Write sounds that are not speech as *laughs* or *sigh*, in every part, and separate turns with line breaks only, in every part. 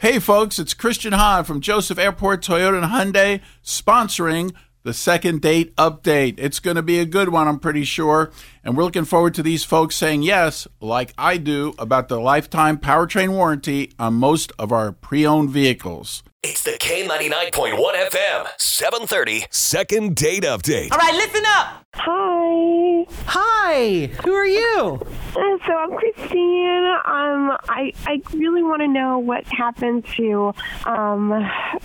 Hey, folks, it's Christian Hahn from Joseph Airport Toyota and Hyundai sponsoring the second date update. It's going to be a good one, I'm pretty sure. And we're looking forward to these folks saying yes, like I do, about the lifetime powertrain warranty on most of our pre owned vehicles.
It's the K99.1 FM, 730.
Second date update.
All right, listen up.
Hi.
Hi, who are you?
Uh, So I'm Christine. Um, I I really want to know what happened to um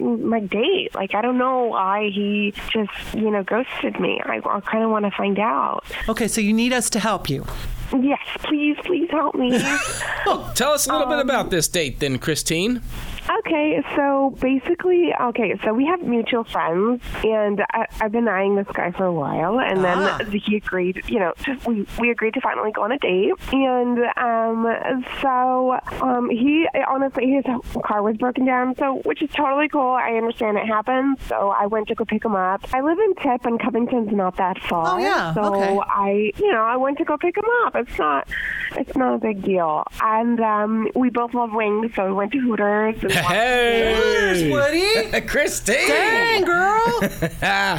my date. Like I don't know why he just you know ghosted me. I, I kind of want to find out.
Okay, so you need us to help you.
Yes, please, please help me.
Tell us a little bit about this date then, Christine.
Okay, so basically, okay, so we have mutual friends, and I, I've been eyeing this guy for a while, and then
Ah.
he agreed. You know, just- we we agreed to finally go on a date, and um, so um, he honestly his car was broken down, so which is totally cool. I understand it happens, so I went to go pick him up. I live in Tip, and Covington's not that
Oh,
far.
yeah,
so
okay.
I, you know, I went to go pick him up. It's not, it's not a big deal. And um, we both love wings, so we went to Hooters.
*laughs*
And
Hey,
Woody?
Christine.
Dang, girl.
*laughs*
yeah,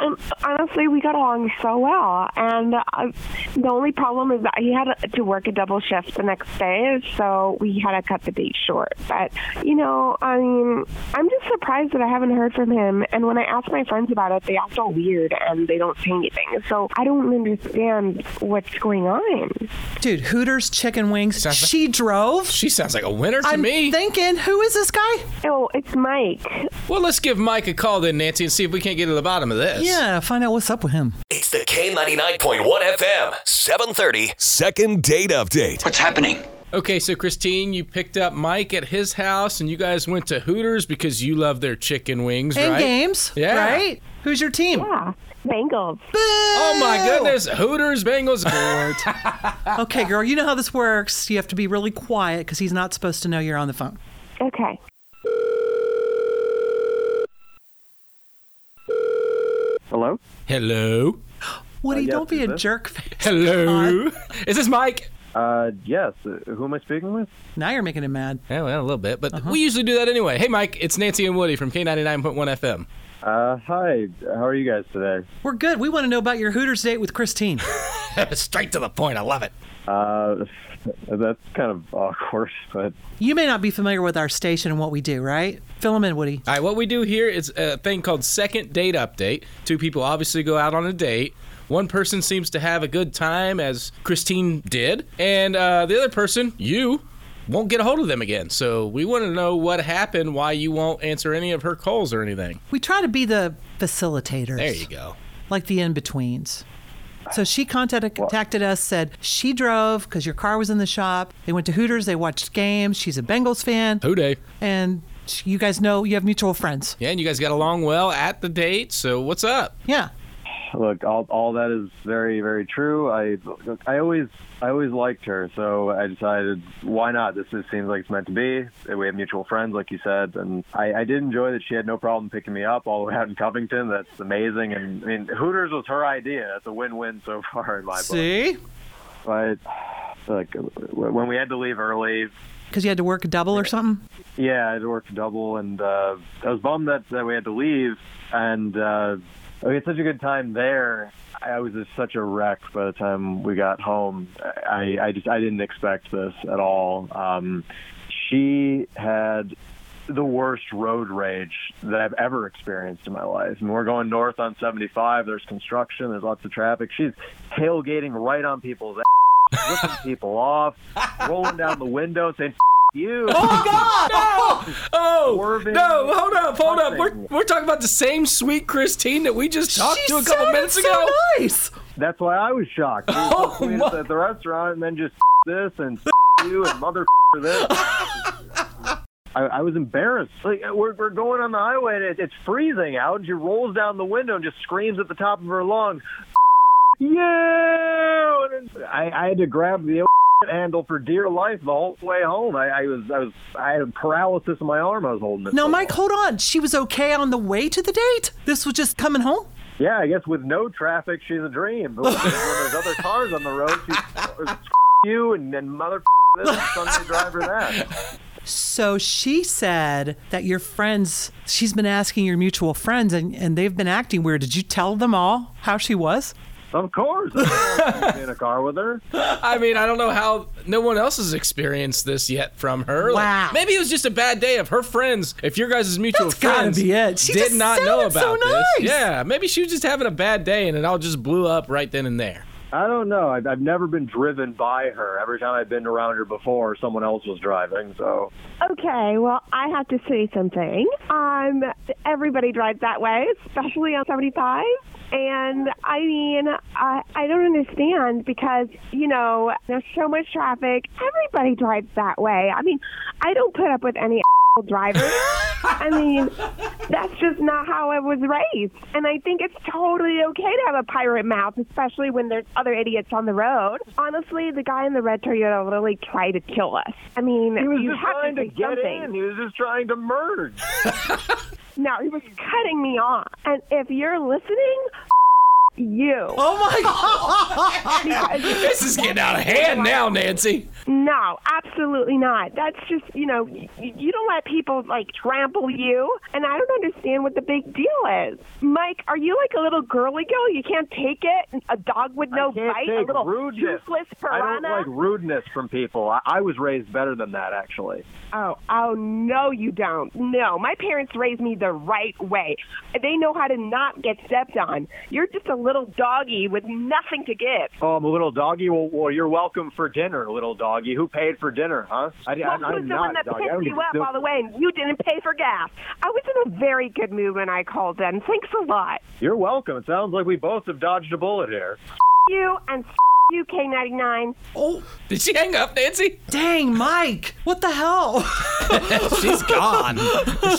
and honestly, we got along so well. And uh, the only problem is that he had to work a double shift the next day, so we had to cut the date short. But you know, I mean, I'm just surprised that I haven't heard from him. And when I asked my friends about it, they act all weird and they don't say anything. So I don't understand what's going on.
Dude, Hooters chicken wings.
Sounds like-
She drove.
She sounds like a winner to
I'm
me.
thinking, who is this guy?
Oh, it's Mike.
well, let's give Mike a call then, Nancy, and see if we can't get to the bottom of this.
Yeah, find out what's up with him.
It's the K99.1 FM, 730.
Second date update.
What's happening?
Okay, so Christine, you picked up Mike at his house, and you guys went to Hooters because you love their chicken wings,
And
right?
games,
Yeah.
right? Who's your team?
Yeah, Bengals.
Oh my goodness, Hooters, Bengals.
Okay, girl, you know how this works. You have to be really quiet because he's not supposed to know you're on the phone.
Okay.
Hello?
Hello.
Woody,
Uh, yes,
don't be
who's
a
this?
jerk *laughs* face.
Hello. Is this Mike?
Uh, yes. uh, Who am I speaking with?
Now you're making him mad.
Yeah, well, a little bit, but we usually do that anyway. Hey, Mike, it's Nancy and Woody from K99.1 FM.
Uh, hi. How are you guys today?
We're good. We want to know about your Hooters date with Christine.
Straight to the point. I love it.
Uh, that's kind of awkward, *laughs* but
You may not be familiar with our station and what we do, right? Fill him in, Woody.
All right, what we do here is a thing called second date update. Two people obviously go out on a date. One person seems to have a good time, as Christine did, and uh, the other person, you, won't get a hold of them again. So we want to know what happened, why you won't answer any of her calls or anything.
We try to be the facilitators.
There you go.
like the in betweens. So she contacted, contacted us, said she drove because your car was in the shop. They went to Hooters, they watched games. She's a Bengals fan,
Who day?
and sh- you guys know you have mutual friends.
Yeah, and you guys got along well at the date. So
*laughs*
what's up?
Yeah.
look, all, all that is very, very true. I, I always, I always liked her, so I decided, why not? This just seems like it's meant to be. We have mutual friends, like you said, and I, I did enjoy that she had no problem picking me up all the way out in Covington. That's amazing. And I mean, Hooters was her idea. That's a win-win so far in my book.
See?
But like, when we had to leave early,
Because you had to work a double or something?
Yeah, I had to work double, and uh, I was bummed that, that we had to leave. And uh, we had such a good time there. I was just such a wreck by the time we got home. I, I just I didn't expect this at all. Um, she had the worst road rage that I've ever experienced in my life. And we're going north on 75. There's construction. There's lots of traffic. She's tailgating right on people's *laughs* ass, ripping people off, rolling down the window, saying. "F- You.
Oh
Swerving
no! Hold up! Hold up! We're,
something.
we're talking about the same sweet Christine that we just talked
She
to a couple
sounded
minutes
so
ago.
nice.
That's why I was shocked. We were so sweet at the restaurant, and then just *laughs* this and you and mother *laughs* this. I, I was embarrassed. Like we're, we're going on the highway and it, it's freezing out, and she rolls down the window and just screams at the top of her lungs, *laughs* "You!" And it's- I, I had to grab the *laughs* handle for dear life the whole way home. I, I was I was I had paralysis in my arm. I was holding it.
No,
so
Mike, hold on. She was okay on the way to the date. This was just coming home.
Yeah, I guess with no traffic, she's a dream. But when
*laughs*
there's other cars *laughs* on the road, she's you and, and mother this and Sunday driver that.
So she said that your friends, she's been asking your mutual friends, and, and they've been acting weird. Did you tell them all how she was?
Of course, I'm in a car with her.
I mean, I don't know how no one else has experienced this yet from her. Like,
Wow.
maybe it was just a bad day of her friends. If your guys' mutual
That's gotta
friends
be it. She
did
just
not know
sounded so
about this.
nice.
Yeah, maybe she was just having a bad day and it all just blew up right then and there.
I don't know. I've, I've never been driven by her. Every time I've been around her before, someone else was driving. So
Okay, well, I have to say something. Um, everybody drives that way, especially on 75. And I mean, I, I don't understand because, you know, there's so much traffic. Everybody drives that way. I mean, I don't put up with any driver. I mean, that's just not how I was raised. And I think it's totally okay to have a pirate mouth, especially when there's other idiots on the road. Honestly, the guy in the red Toyota literally tried to kill us. I mean,
he was
you
just
have
trying to
say
get
something.
in. He was just trying to merge.
No, he was cutting me off. And if you're listening, *laughs* you.
Oh my God.
This is
*laughs*
getting out of hand now, Nancy.
No, absolutely not. That's just, you know, y- you don't let people like trample you. And I don't understand what the big deal is. Mike, are you like a little girly girl? You can't take it? A dog with no
I can't
bite?
take
a little
rudeness.
toothless
I don't
piranha?
like rudeness from people. I, I was raised better than that, actually.
Oh, oh no, you don't. No, my parents raised me the right way. They know how to not get stepped on. You're just a little doggy with nothing to give.
Oh, I'm a little doggy. Well, well, you're welcome for dinner, little doggy. Who paid for dinner, huh? I, I,
Well,
I'm
who's the
not
one that
doggy.
picked
I don't
you up
even-
all the way and you didn't pay for gas? I was in a very good mood when I called in. Thanks a lot.
You're welcome. It sounds like we both have dodged a bullet here.
You and you, K99.
Oh,
Did she hang up, Nancy?
*laughs* dang, Mike. What the hell?
She's gone.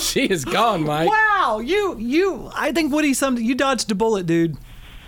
*laughs* she is gone, Mike.
Wow. You, you, I think Woody, some, you dodged a bullet, dude.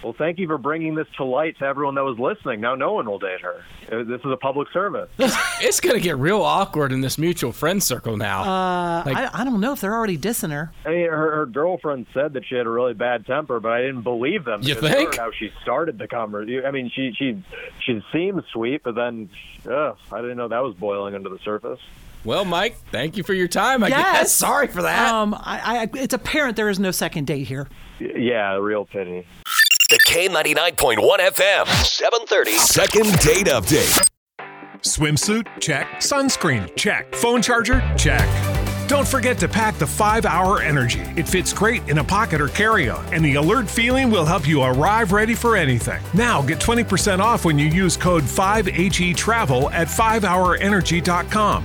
Well, thank you for bringing this to light to everyone that was listening. Now no one will date her. Uh, This is a public
*laughs*
service.
It's gonna get real awkward in this mutual friend circle
Uh.
now. Like-
I, I don't know if they're already dissing her.
I mean, her, her girlfriend said that she had a really bad temper, but I didn't believe them.
You
because I
think?
heard How she started the conversation. I mean, she she she seemed sweet, but then, ugh, I didn't know that was boiling under the surface.
well, Mike, thank you for your time. I
Yes.
guess. Sorry for that.
Um, I, I, it's apparent there is no second date here.
Y- yeah, real pity.
The K99.1 FM, 730.
Second date update.
Swimsuit? Check. Sunscreen? Check. Phone charger? Check. Don't forget to pack the 5 Hour Energy. It fits great in a pocket or carry on, and the alert feeling will help you arrive ready for anything. Now get 20% off when you use code 5HE Travel at 5hourenergy.com.